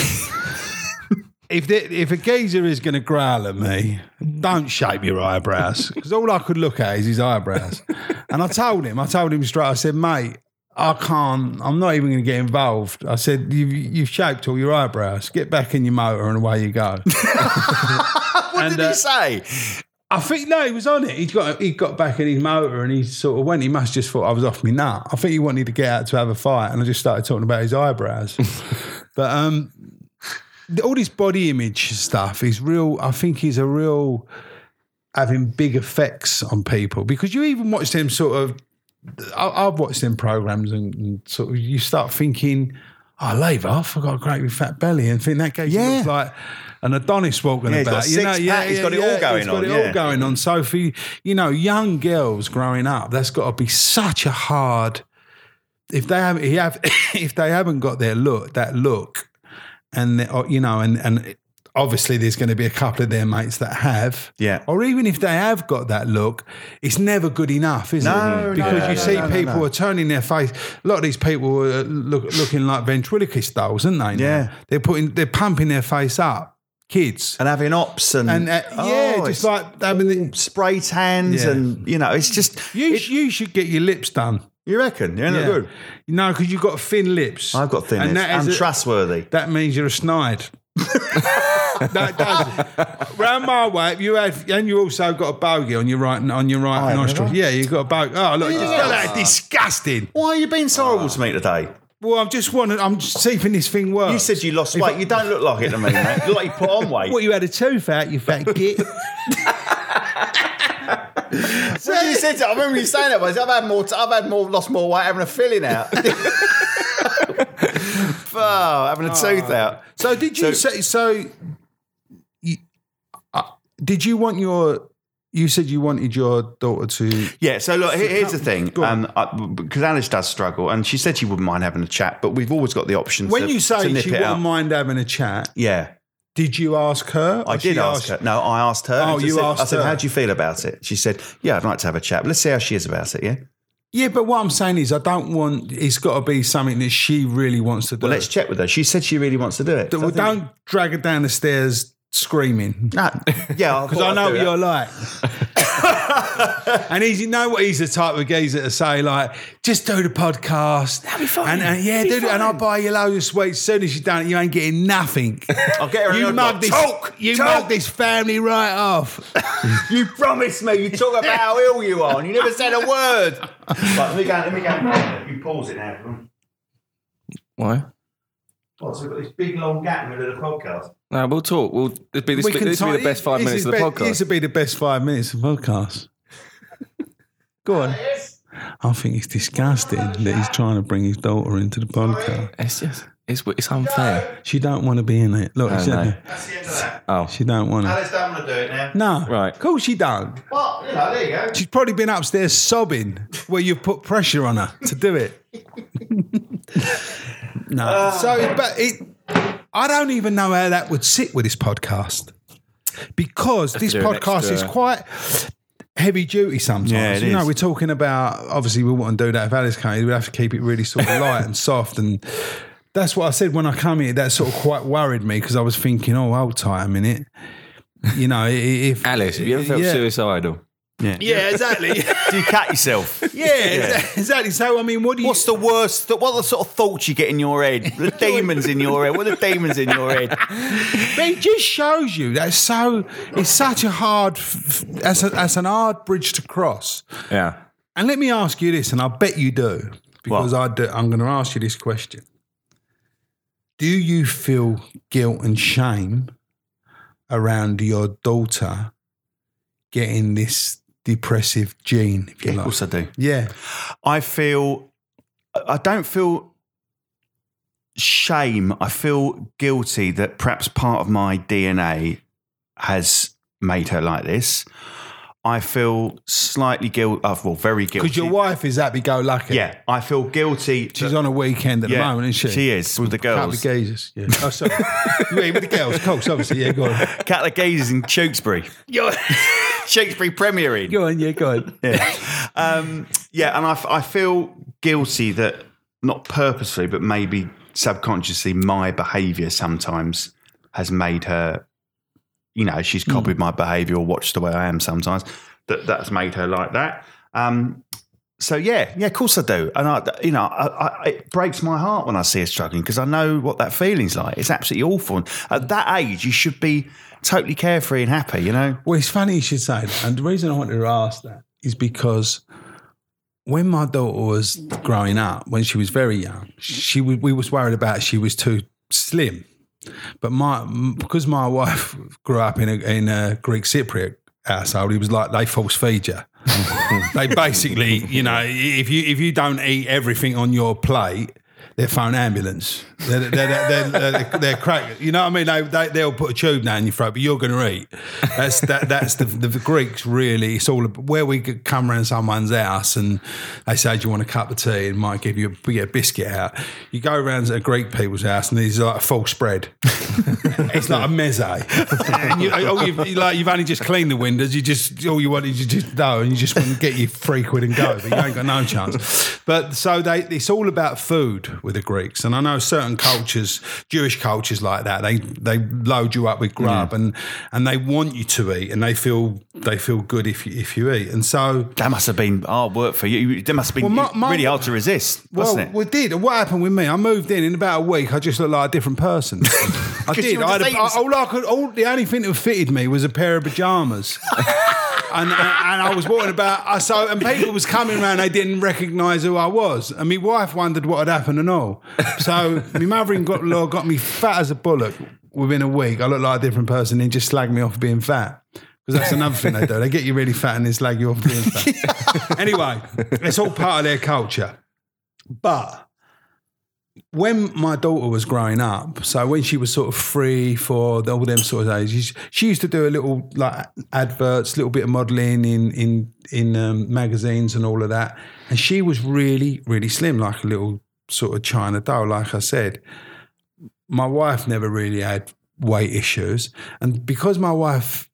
if they, if a geezer is going to growl at me, don't shape your eyebrows because all I could look at is his eyebrows. and I told him, I told him straight. I said, mate. I can't. I'm not even going to get involved. I said, you've, you've shaped all your eyebrows. Get back in your motor and away you go.
What
and,
did he
uh,
say?
I think no, he was on it. He got he got back in his motor and he sort of went. He must just thought I was off me nut. I think he wanted to get out to have a fight, and I just started talking about his eyebrows. but um, th- all this body image stuff is real. I think is a real having big effects on people because you even watch them sort of. I, I've watched them programs and, and sort of you start thinking. Oh, leave off! I've got a great big fat belly, and think that guy
Yeah.
looks like an Adonis walking
Yeah, he's
about.
got a six-pack, he's got it all going
he's got
on,
it
yeah.
all going on. So for you you know, young girls growing up, that's got to be such a hard. If they have, he have if they haven't got their look, that look, and they- or, you know, and and obviously there's going to be a couple of their mates that have.
Yeah.
Or even if they have got that look, it's never good enough, is
No,
it?
no,
Because
no,
you
no,
see
no, no,
people
no.
are turning their face. A lot of these people uh, are look, looking like ventriloquist dolls, aren't they? now?
Yeah.
They're putting, they're pumping their face up kids.
and having ops and,
And uh,
Oh,
yeah,
it's
just like having the,
spray tans
Yeah.
and you know it's just
you, sh- you should get your lips done.
you reckon you're
Yeah.
not good.
No, because you've got thin lips.
I've got thin
And
lips.
that is
I'm
a-
trustworthy.
That means you're a snide. that does. it. Round my way, if you had, and you also got a bogey on your right on your right nostril. Yeah, you got a bogey. Oh look, you just got that disgusting.
Why are you being
Ah.
so horrible to me today?
Well, I'm just wanting. I'm just seeping this thing works.
You said you lost weight. You don't look like it to me, mate. You look like you put on weight.
what you had a tooth out, you fat git.
When you said that, I remember you saying that. Was I've had more, I've had more, lost more weight having a filling out. oh, having a
Ah.
tooth out.
so did you say so? You, uh, did you want your? You said you wanted your daughter to.
Yeah. So look, here- here's the thing,
Go on.
um, I- because Alice does struggle, and she said she wouldn't mind having a chat, but we've always got the option.
When
to,
you
to
say
nip
she
it out.
wouldn't mind having a chat,
yeah.
did you ask her?
I
Or Oh, she
did ask
asked-
her. No, I asked her.
Oh,
and she
you
said, I
asked
said,
her.
"How do you feel about it?" She said, "Yeah, I'd like to have a chat. But let's see how she is about it." Yeah.
Yeah, but what I'm saying is, I don't want. It's got to be something that she really wants to do.
Well, let's check with her. She said she really wants to do it.
Well,
So I think-
don't drag her down the stairs screaming.
No. Yeah,
Because I know what you're like. and he's, you know what? He's the type of geezer to say, like, just do the podcast. That'll be fine. And, and yeah, do it. And I'll buy you loads of sweets. As soon as you done it, you ain't getting nothing.
I'll get her
you
an
mug this,
Talk,
you
talk.
mug this family right off.
You promised me. You talk about how ill you are, and you never said a word. Right, let me go. Let me go. You pause it now. everyone.
Why?
Oh, so we've got this big long gap in the middle of the podcast.
No, we'll talk. We'll it'd be this,
can
this will be
ti-
the best five
this
minutes
is
of the
be- This
podcast.
would be the best five minutes of the podcast. Go on. I think it's disgusting that he's trying to bring his daughter into the podcast.
It's just it's it's unfair.
She don't want to be in it. Look, she,
no.
That's the end of that.
Oh,
she don't want to.
Alice don't want to do it now.
No,
Right.
Of course she don't.
Well, you know, there you go.
She's probably been upstairs sobbing where you put pressure on her to do it. no. so, but it, I don't even know how that would sit with this podcast because this
do an
podcast is
extra-
quite heavy duty sometimes.
Yeah, it
you know,
is.
we're talking about obviously we wouldn't do that if Alice came. We'd have to keep it really sort of light and soft and. That's what I said when I come here. That sort of quite worried me because I was thinking, oh, hold tight a minute. You know, i- i- if
Alice, have you ever felt
Yeah.
suicidal?
yeah, exactly.
Do you cut yourself?
Yeah, exa- exactly. So I mean, what do you?
What's the worst? What are the sort of thoughts you get in your head? The demons in your head. What are the demons in your head?
it just shows you that's so. It's such a hard. f- f- That's a, that's an hard bridge to cross.
Yeah.
And let me ask you this, and I bet you do, because I do, I'm going to ask you this question. Do you feel guilt and shame around your daughter getting this depressive gene? If you like,
I do.
yeah,
I feel I don't feel shame. I feel guilty that perhaps part of my DNA has made her like this. I feel slightly guilt. Oh, well, very guilty.
because your wife is happy-go-lucky.
yeah, I feel guilty.
She's on a weekend at
yeah,
the moment, isn't
She is with the
Can't be
girls.
gazers. Yeah. Oh, sorry. yeah, with the girls, of course, obviously. Yeah, go on.
Catholic Gazers in Tewkesbury. Tewkesbury Premier Inn.
on, yeah, go on.
yeah. Um, yeah, and I, f- I feel guilty that not purposely, but maybe subconsciously, my behaviour sometimes has made her, you know, she's
Hmm.
copied my behaviour or watched the way I am sometimes. That that's made her like that. Um, so yeah, yeah, of course I do, and I, you know, I, I, it breaks my heart when I see her struggling because I know what that feeling's like. It's absolutely awful. And at that age, you should be totally carefree and happy, you know.
Well, it's funny you should say that. And the reason I wanted to ask that is because when my daughter was growing up, when she was very young, she w- we was worried about she was too slim. But my m- because my wife grew up in a, in a Greek Cypriot household, it was like they force feed you. they basically, you know, if you if you don't eat everything on your plate, they phone ambulance. They're, they're, they're, they're, they're, they're crack. You know what I mean? They, they, they'll put a tube down your throat, but you're going to eat. That's that, that's the, the Greeks really. It's all ab- where we could come around someone's house and they say, "Do you want a cup of tea?" and might give you a, get a biscuit out. You go around to a Greek people's house and there's like a full spread. it's like a meze. And you, all you've, like you've only just cleaned the windows. You just all you want is you just know, and you just want to get your three quid and go. But you ain't got no chance. But so they, it's all about food with the Greeks. And I know certain cultures, Jewish cultures like that, they they load you up with grub and and they want you to eat and they feel they feel good if you if you eat. And so
That must have been hard work for you. That must have been
Well, my- my-
really hard to resist,
well,
wasn't it?
we did. And what happened with me? I moved in in about a week. I just looked like a different person. I
'Cause you
did.
were
I had a,
just
I,
eating-
all I could, all the only thing that fitted me was a pair of pajamas. And, and, and I was walking about, I so and people was coming around. They didn't recognise who I was, and my wife wondered what had happened and all. So my mother-in-law got me fat as a bullock within a week. I looked like a different person, and just slagged me off being fat. Because that's another thing they do. They get you really fat and they slag you off being fat. anyway, it's all part of their culture. But when my daughter was growing up, so when she was sort of three, four, all them sort of ages, she used to do a little like adverts, little bit of modelling in in in um, magazines and all of that. And she was really, really slim, like a little sort of china doll, like I said my wife never really had weight issues, and because my wife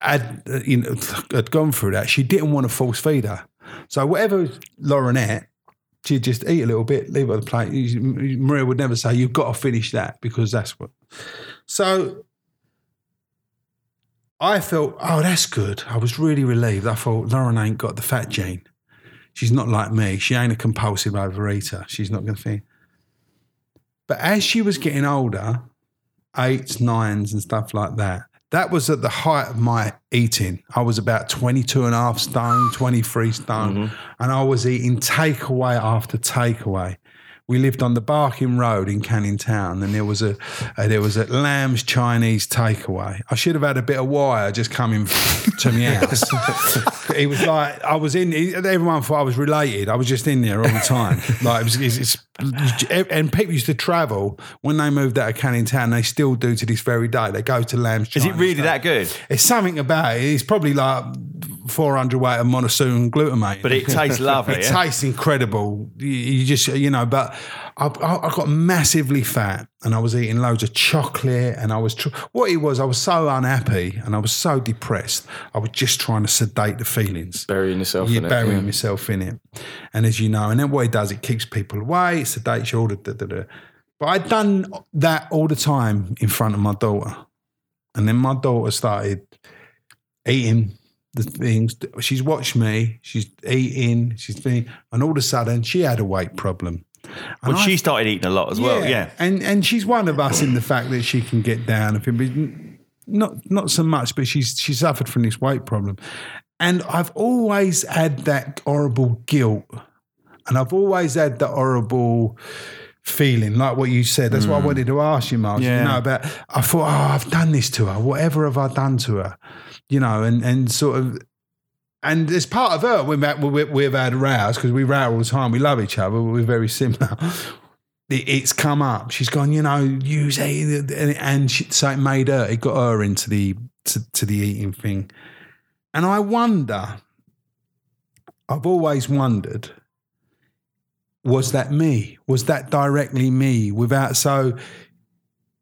had uh, you know had gone through that, she didn't want to force feed her. So whatever Lauren ate, she'd just eat a little bit, leave it on the plate. Maria would never say, "You've got to finish that," because that's what. So I felt, oh, that's good. I was really relieved. I thought Lauren ain't got the fat gene. She's not like me. She ain't a compulsive overeater. She's not going to think. But as she was getting older, eights, nines, and stuff like that, that was at the height of my eating. I was about 22 and a half stone, 23 stone, and I was eating takeaway after takeaway. We lived on the Barking Road in Canning Town, and there was a uh, there was a Lamb's Chinese takeaway. I should have had a bit of wire just coming to me house. it was like I was in. Everyone thought I was related. I was just in there all the time. Like it was, it's, it's, and people used to travel when they moved out of Canning Town. They still do to this very day. They go to Lamb's.
Is
Chinese
it really that good?
it's something about it. It's probably like 400 weight of monosodium glutamate.
But it tastes lovely.
It
yeah?
tastes incredible. You- You just, you know, but I, I, I got massively fat and I was eating loads of chocolate and I was, tr- what it was, I was so unhappy and I was so depressed. I was just trying to sedate the feelings.
burying yourself
You're
in it.
burying yourself in it. And as you know, and then what it does, it keeps people away, it sedates you, all the da, da, da. But I'd done that all the time in front of my daughter. And then my daughter started eating the things. She's watched me, she's eating, she's been, and all of a sudden she had a weight problem. And
Well,
I
she started eating a lot as well. Yeah.
and and she's one of us in the fact that she can get down. I think, but not not so much, but she's she suffered from this weight problem, and I've always had that horrible guilt, and I've always had that horrible feeling like what you said that's why i wanted to ask you miles
Yeah.
you know about i thought oh i've done this to her whatever have i done to her you know and and sort of and it's part of her we've had, we- we've had rows because we row all the time we love each other we're very similar it, it's come up. She's gone, you know, use it, and, and she, so it made her. It got her into the to, to the eating thing. And I wonder. I've always wondered. Was that me? Was that directly me? Without so,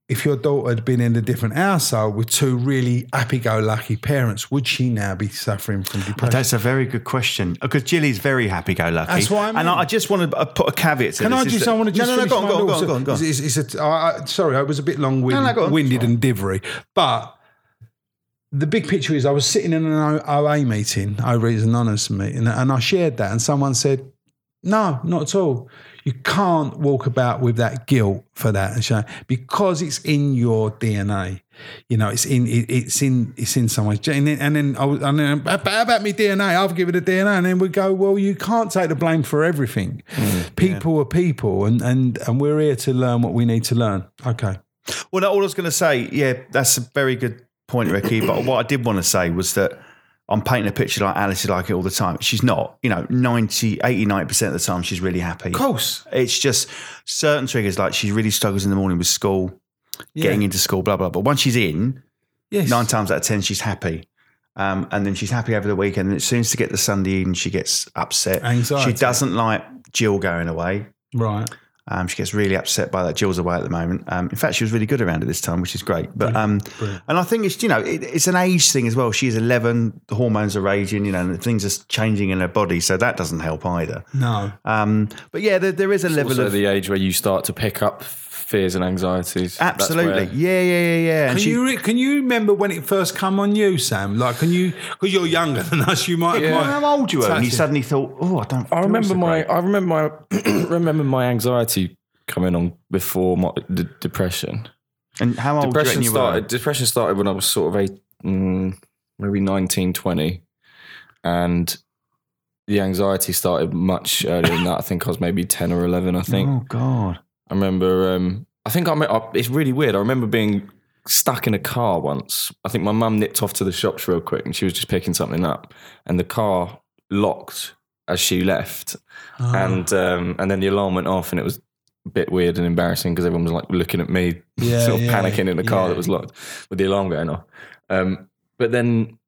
if your daughter had been in a different household with two really happy-go-lucky parents, would she now be suffering from depression?
That's a very good question because Jilly's very happy-go-lucky.
That's what I mean.
And I, I just want to uh, put a caveat to
Can
this.
I
is
just?
that-
I want to just.
No, no, no.
finish
Go on,
my
go on, go
thoughts.
on, go on, go on.
It's, it's, it's a, I, I- sorry, I was a bit long winded,
No, no, go on.
winded and divery. But the big picture is, I was sitting in an O- OA meeting over at anonymous meeting, and I shared that, and someone said, "No, not at all. You can't walk about with that guilt for that and shame because it's in your DNA." you know, it's in it, it's in it's in someone's gene. And then, and then I was, and then "But how about me DNA? I'll give it a DNA, and then we go. Well, you can't take the blame for everything.
Mm,
people are people, and and and we're here to learn what we need to learn. Okay,
Well, no, all I was going to say, yeah, that's a very good point, Ricky. But what I did want to say was that I'm painting a picture like Alice is like it all the time. She's not, you know, 90, 80, 90% of the time, she's really happy.
of course,
It's just certain triggers, like she really struggles in the morning with school, getting into school, blah, blah. But once she's in,
yes,
nine times out of 10, she's happy. Um, and then she's happy over the weekend. And as soon as to get the Sunday evening, she gets upset.
Anxiety.
She doesn't like Jill going away.
right,
Um, she gets really upset by that. Jill's away at the moment. Um, in fact, she was really good around it this time, which is great. But um, and I think it's you know it, it's an age thing as well. She's eleven. The hormones are raging. You know, and things are changing in her body, so that doesn't help either.
No.
Um, but yeah, there, there is a level
Also,
of
the age where you start to pick up fears and anxieties. That's
absolutely.
where-
Yeah, yeah, yeah, yeah. And
Can you re- can you remember when it first come on you, Sam? Like, can you? Because you're younger than us, you might.
Well,
might-
how old you were? And you
Touching.
suddenly thought, oh, I don't.
I remember my. I remember my. remember my anxiety coming on before my d- depression.
And how old Oh, do you
depression
reckon you
started
were?
depression started when I was sort of eight, mm, maybe 19, 20. and the anxiety started much earlier than that. I think I was maybe ten or eleven. I think
Oh God.
I remember. Um, I think I, me- I. It's really weird. I remember being stuck in a car once. I think my mum nipped off to the shops real quick, and she was just picking something up, and the car locked as she left,
Uh-huh.
and um, and then the alarm went off, and it was a bit weird and embarrassing because everyone was like looking at me,
Yeah,
sort of
yeah,
panicking in a car
yeah.
that was locked with the alarm going off. Um, but then,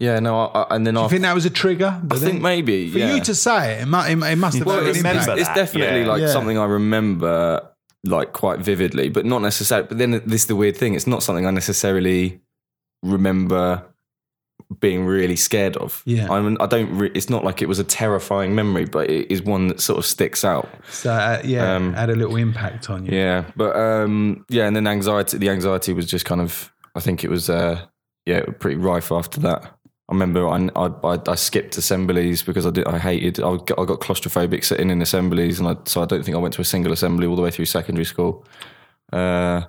yeah, no, I, I, and then
Do you
after,
think that was a trigger?
I think maybe
for
yeah.
you to say it, it must, it, it must have
Well,
had
it's,
an
remember
impact.
it's- it's
that,
definitely
yeah.
like
Yeah.
something I remember like quite vividly, but not necessarily. But then this is the weird thing: it's not something I necessarily remember being really scared of.
Yeah.
I, mean, I don't. Re- it's not like it was a terrifying memory, but it is one that sort of sticks out.
So uh, yeah,
Um,
had a little impact on you.
Yeah, but um, yeah, and then anxiety. The anxiety was just kind of. I think it was. Uh, yeah, it was pretty rife after that. I remember I, I, I- I skipped assemblies because I did. I hated. I got, I got claustrophobic sitting in assemblies, and I, so I don't think I went to a single assembly all the way through secondary school. Uh,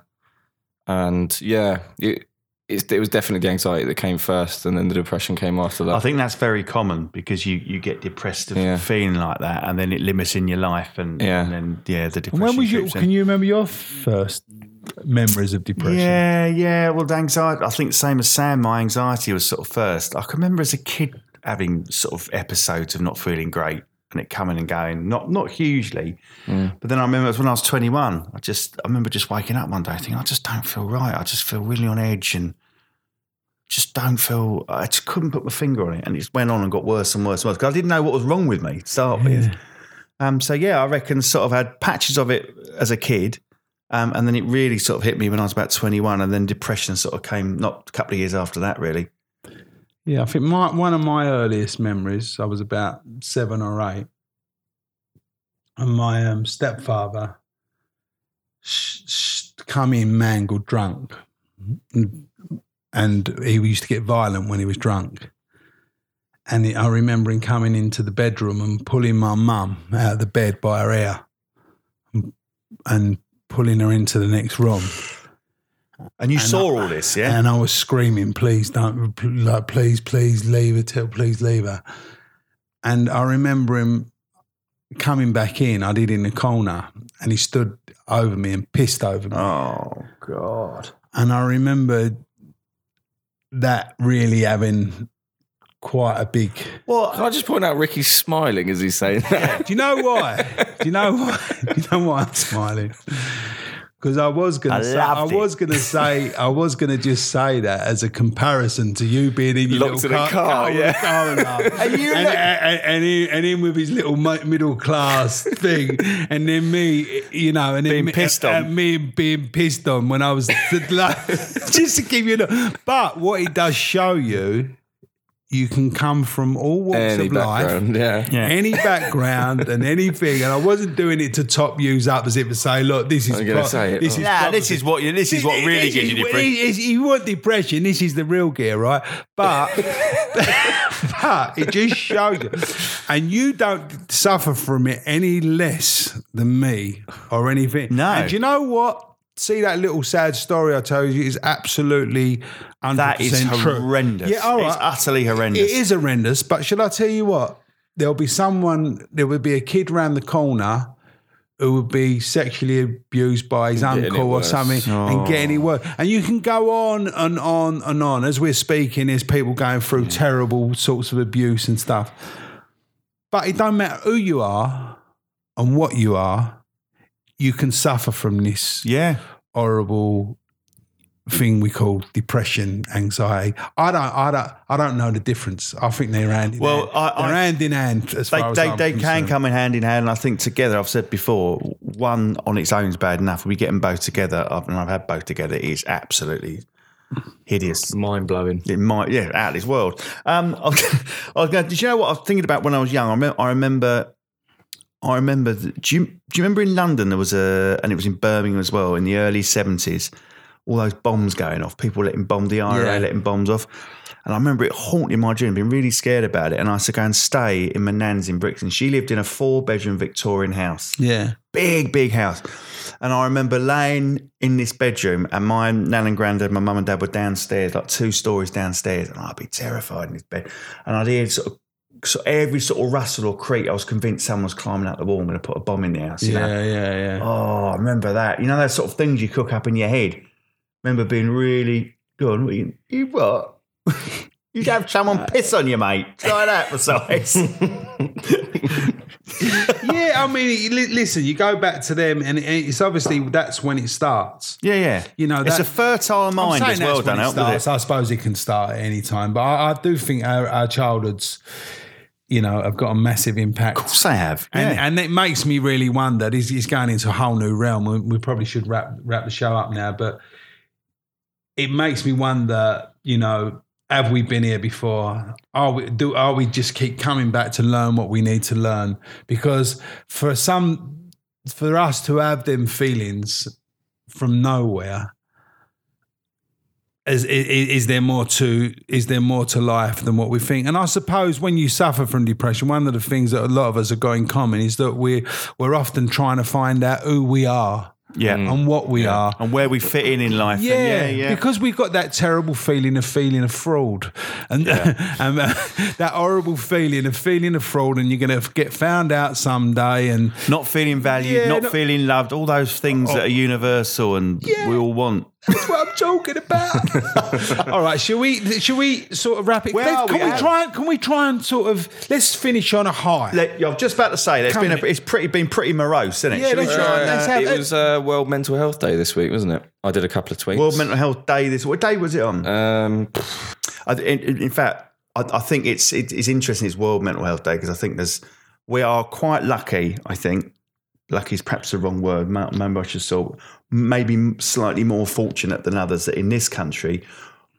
and yeah, it, it, it was definitely the anxiety that came first, and then the depression came after that.
I think that's very common because you, you get depressed of
Yeah.
feeling like that, and then it limits in your life, and,
Yeah.
and then yeah, the depression.
And when was you?
creeps in.
Can you remember your first memories of depression?
Yeah, yeah. Well, the anxiety. I think same as Sam. My anxiety was sort of first. I can remember as a kid having sort of episodes of not feeling great and it coming and going. Not not hugely, but then I remember it was when I was twenty one. I just I remember just waking up one day thinking I just don't feel right. I just feel really on edge and just don't feel. I just couldn't put my finger on it, and it just went on and got worse and worse and worse because I didn't know what was wrong with me to start with. Um, so yeah, I reckon sort of had patches of it as a kid. Um, and then it really sort of hit me when I was about 21, and then depression sort of came not a couple of years after that, really.
Yeah, I think my, one of my earliest memories, I was about seven or eight, and my um, stepfather sh- sh- come in mangled drunk, and, and he used to get violent when he was drunk. And I remember him coming into the bedroom and pulling my mum out of the bed by her hair, and pulling her into the next room
And you saw all this, yeah?
and I was screaming, "Please don't! pl- Like, please, please leave her! Till please leave her!" And I remember him coming back in. I did in the corner, and he stood over me and pissed over me.
oh, God.
And I remember that really having quite a big.
Can
Well,
I just point out Ricky's smiling as he's saying that?
Do you know why? Do you know why? Do you know why I'm smiling? Because I was gonna,
I
say, I
loved it.
was gonna say, I was gonna just say that as a comparison to you being in your
Locked
little
in a
car,
car,
with
yeah.
a car alarm. and,
you
and,
look-
and, and, him, and him with his little mi- middle class thing, and then me, you know, and then
Being
me,
pissed
and-
on.
and me being pissed on when I was like, just to give you. A, but what it does show you, you can come from all walks
Any
of life
background, yeah.
Yeah.
any background and anything. And I wasn't doing it to top yous up as if to say, look, this is.
I'm gonna say it.
This is
nah, this is what you, this is what really gives you depression.
This is- You want depression? This is the real gear, right? But but it just showed you, and you don't suffer from it any less than me or anything.
No.
and do you know what? See that little sad story I told you is absolutely 100%
That is
true.
horrendous.
Yeah, all right.
It's utterly horrendous.
It is horrendous, but shall I tell you what? There'll be someone, there would be a kid round the corner who would be sexually abused by his
getting it
uncle or
worse. Oh.
something and getting it worse. And you can go on and on and on. As we're speaking, there's people going through terrible sorts of abuse and stuff. But it don't matter who you are and what you are, you can suffer from this
Yeah.
horrible thing we call depression, anxiety. I don't, I don't, I don't know the difference. I think they're hand in
Well,
hand.
I- I-
they're hand in hand as far
They,
as
they,
I'm
they can
concerned.
come in hand in hand. And I think together, I've said before, one on its own is bad enough. We get them both together, I've- and I've had both together, it is absolutely hideous.
Mind blowing.
It might, yeah, out of this world. Um, I was, I was going, did you know what I was thinking about when I was young? I, remem- I remember, I remember. th- Do you, do you remember in London there was a, and it was in Birmingham as well in the early seventies, all those bombs going off, people letting bomb the IRA,
Yeah.
letting bombs off, and I remember it haunting my dream, being really scared about it, and I used to go and stay in my nan's in Brixton. She lived in a four-bedroom Victorian house
Yeah,
big, big house. And I remember laying in this bedroom, and my nan and granddad, my mum and dad were downstairs, like two stories downstairs, and I'd be terrified in this bed. And I'd hear sort of so every sort of rustle or creak, I was convinced someone was climbing out the wall and going to put a bomb in the house. You know?
yeah, yeah, yeah.
Oh, I remember that. You know those sort of things you cook up in your head. Remember being really good. What you, you what? You'd have someone piss on you, mate. Try that for size.
yeah, I mean, li- listen, you go back to them, and it- it's obviously that's when it starts.
yeah, yeah.
You know,
it's
that-
a fertile
I'm
mind
saying
as well,
that's when
done
it
out with it.
starts. I suppose it can start at any time, but I, I do think our, our childhoods, you know, have got a massive impact.
course they have.
And,
yeah.
and it makes me really wonder. This is going into a whole new realm. We, we probably should wrap wrap the show up now, but it makes me wonder. You know, have we been here before? Are we do? Are we just keep coming back to learn what we need to learn? Because for some, for us to have them feelings from nowhere. Is, is, is there more to is there more to life than what we think? And I suppose when you suffer from depression, one of the things that a lot of us have got in common is that we we're often trying to find out who we are
yeah.
and what we are.
And where we fit in in life. and
Mm. Yeah,
yeah, yeah.
because we've got that terrible feeling of feeling of fraud, and, and, uh, that horrible feeling of feeling of fraud, and you're going to get found out someday, and
not feeling valued,
Yeah,
not
not-
feeling loved, all those things that are universal and we all want.
That's what I'm talking about. All right, shall we? Shall we sort of wrap it?
Where
Let's-
are
can
we
we
at?
try? Can we try and sort of let's finish on a high?
Like, I'm just about to say that it's
Come
been a,
on.
it's pretty been pretty morose, isn't it?
Yeah,
Should we
that's
try
right.
and,
Let's
uh,
have-
It was uh, World Mental Health Day this week, wasn't it? I did a couple of tweets.
World Mental Health Day this. What day was it on?
um,
I, in, in fact, I, I think it's it, it's interesting. It's World Mental Health Day because I think there's we are quite lucky. I think lucky is perhaps the wrong word. Ma- Maybe I should sort maybe slightly more fortunate than others that in this country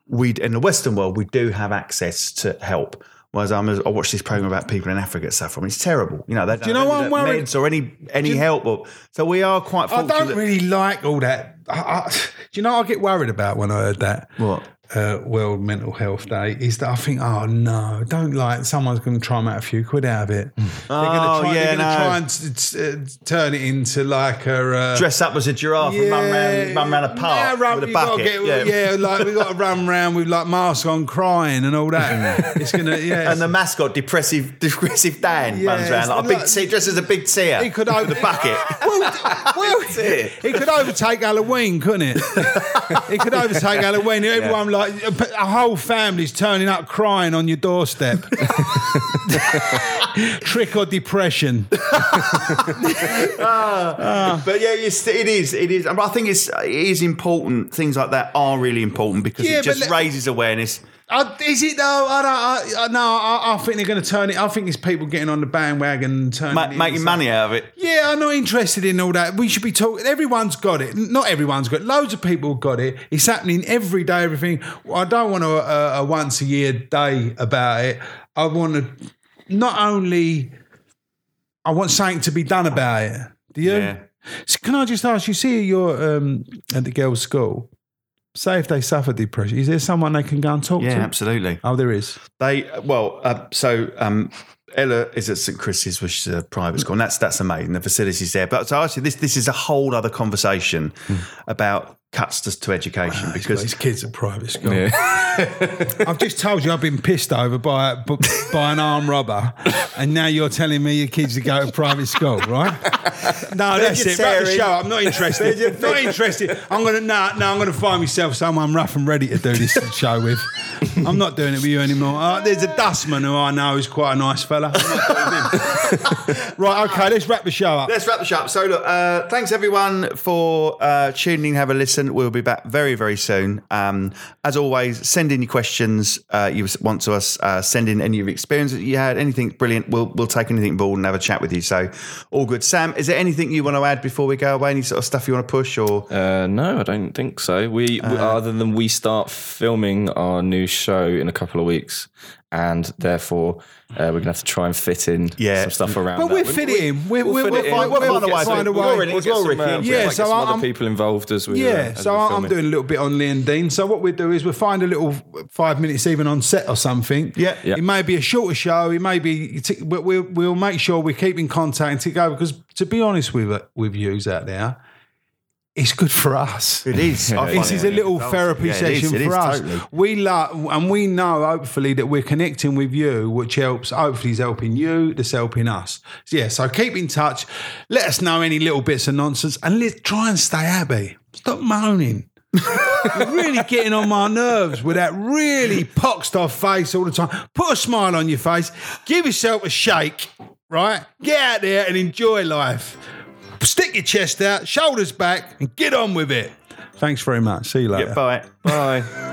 we in the Western world we do have access to help. Whereas I'm, I watch this program about people in Africa that suffer. from. It's terrible. You know, they do
you know what I'm worried?
Meds or any any help. Or, so we are quite
I
fortunate.
don't really like all that. I, I, do you know what I get worried about when I heard that?
What?
Uh, World Mental Health Day is that I think, oh no, don't like someone's going to try and make a few quid out of it. They're
Oh,
going to try,
yeah,
they're gonna
no.
try and t- t- t- turn it into like a uh,
Dress up as a giraffe and run round, run round a park
Yeah, run-
with a
you gotta
bucket.
get- yeah. like we got to run round with like masks on, crying and all that. it's gonna, yeah.
And the mascot, depressive, depressive Dan,
Yeah,
runs around
it's
like a big
like-
tear, dressed as a big tear.
he could
with
over
a bucket.
Well, well,
it.
it could overtake Halloween, couldn't it? it could overtake Halloween. Everyone like a a whole family's turning up crying on your doorstep. Trick or depression?
but yeah, it's, it is. It is. And I think it's it is important. Things like that are really important because
Yeah,
it
but
just
let-
raises awareness.
I, is it though? I don't. I, I, no, I, I think they're going to turn it. I think it's people getting on the bandwagon and turning
Ma-
it
making
into-
money out of it.
Yeah, I'm not interested in all that. We should be talking. Everyone's got it. Not everyone's got. it. Loads of people got it. It's happening every day. Everything. I don't want a, a, a once a year day about it. I want to not only. I want something to be done about it. Do you?
Yeah.
So can I just ask you? See, you're um, at the girls' school. Say if they suffer depression, is there someone they can go and talk to?
absolutely.
Oh, there is.
They well, uh, so um, Ella is at St Chris's, which is a private school, and that's that's amazing. The facilities there, but so actually, this this is a whole other conversation about cuts to, to education because
These kids at private school.
yeah.
I've just told you I've been pissed over by b- by an armed robber, and now you're telling me your kids to go to private school, right? No, that's it. Wrap the
Vegetarian.
show. up. I'm not interested. not interested. I'm gonna no, no. I'm gonna find myself someone rough and ready to do this show with. I'm not doing it with you anymore. Uh, there's a dustman who I know is quite a nice fella. I'm not doing him. right, okay, let's wrap the show up.
Let's wrap the show up. So, look, uh, thanks everyone for uh, tuning in. Have a listen. We'll be back very, very soon. Um, as always, send in your questions uh, you want to us. Uh, send in any of your experience that you had. Anything's brilliant. We'll we'll take anything board and have a chat with you. So, all good. Sam, is there anything you want to add before we go away? Any sort of stuff you want to push or
Uh, no, I don't think so. We, we
Uh,
other than we start filming our new show in a couple of weeks, and therefore uh, we're gonna have to try and fit in
Yeah.
some stuff around.
But
that.
we'll fit it in. We'll- we'll-
fit it
we'll find-
in.
we'll find a
get
way.
some-
Find a
we'll
way.
already
As
get
well,
some,
Ricky.
uh,
Yeah,
like, get
so
some
I'm-
other people involved as we. uh,
Yeah,
as
so
we're
I'm
filming.
doing a little bit on Lee and Dean. So what we do is we find a little five minutes even on set or something.
Yeah. Yeah.
It may be a shorter show. It may be, t- but we'll, we'll make sure we keep in contact and to go because to be honest with with yous out there, it's good for us.
it is. I
This
find
is
it-
a little therapy
Yeah, it is.
session
It is
for us.
totally.
We love, and we know hopefully that we're connecting with you, which helps. Hopefully, is helping you. That's helping us. So, yeah. So keep in touch. Let us know any little bits of nonsense, and let's try and stay happy. Stop moaning. You're really getting on my nerves with that really poxed off face all the time. Put a smile on your face. Give yourself a shake. Right. Get out there and enjoy life. Stick your chest out, shoulders back, and get on with it. Thanks very much. See you later.
Bye.
Bye.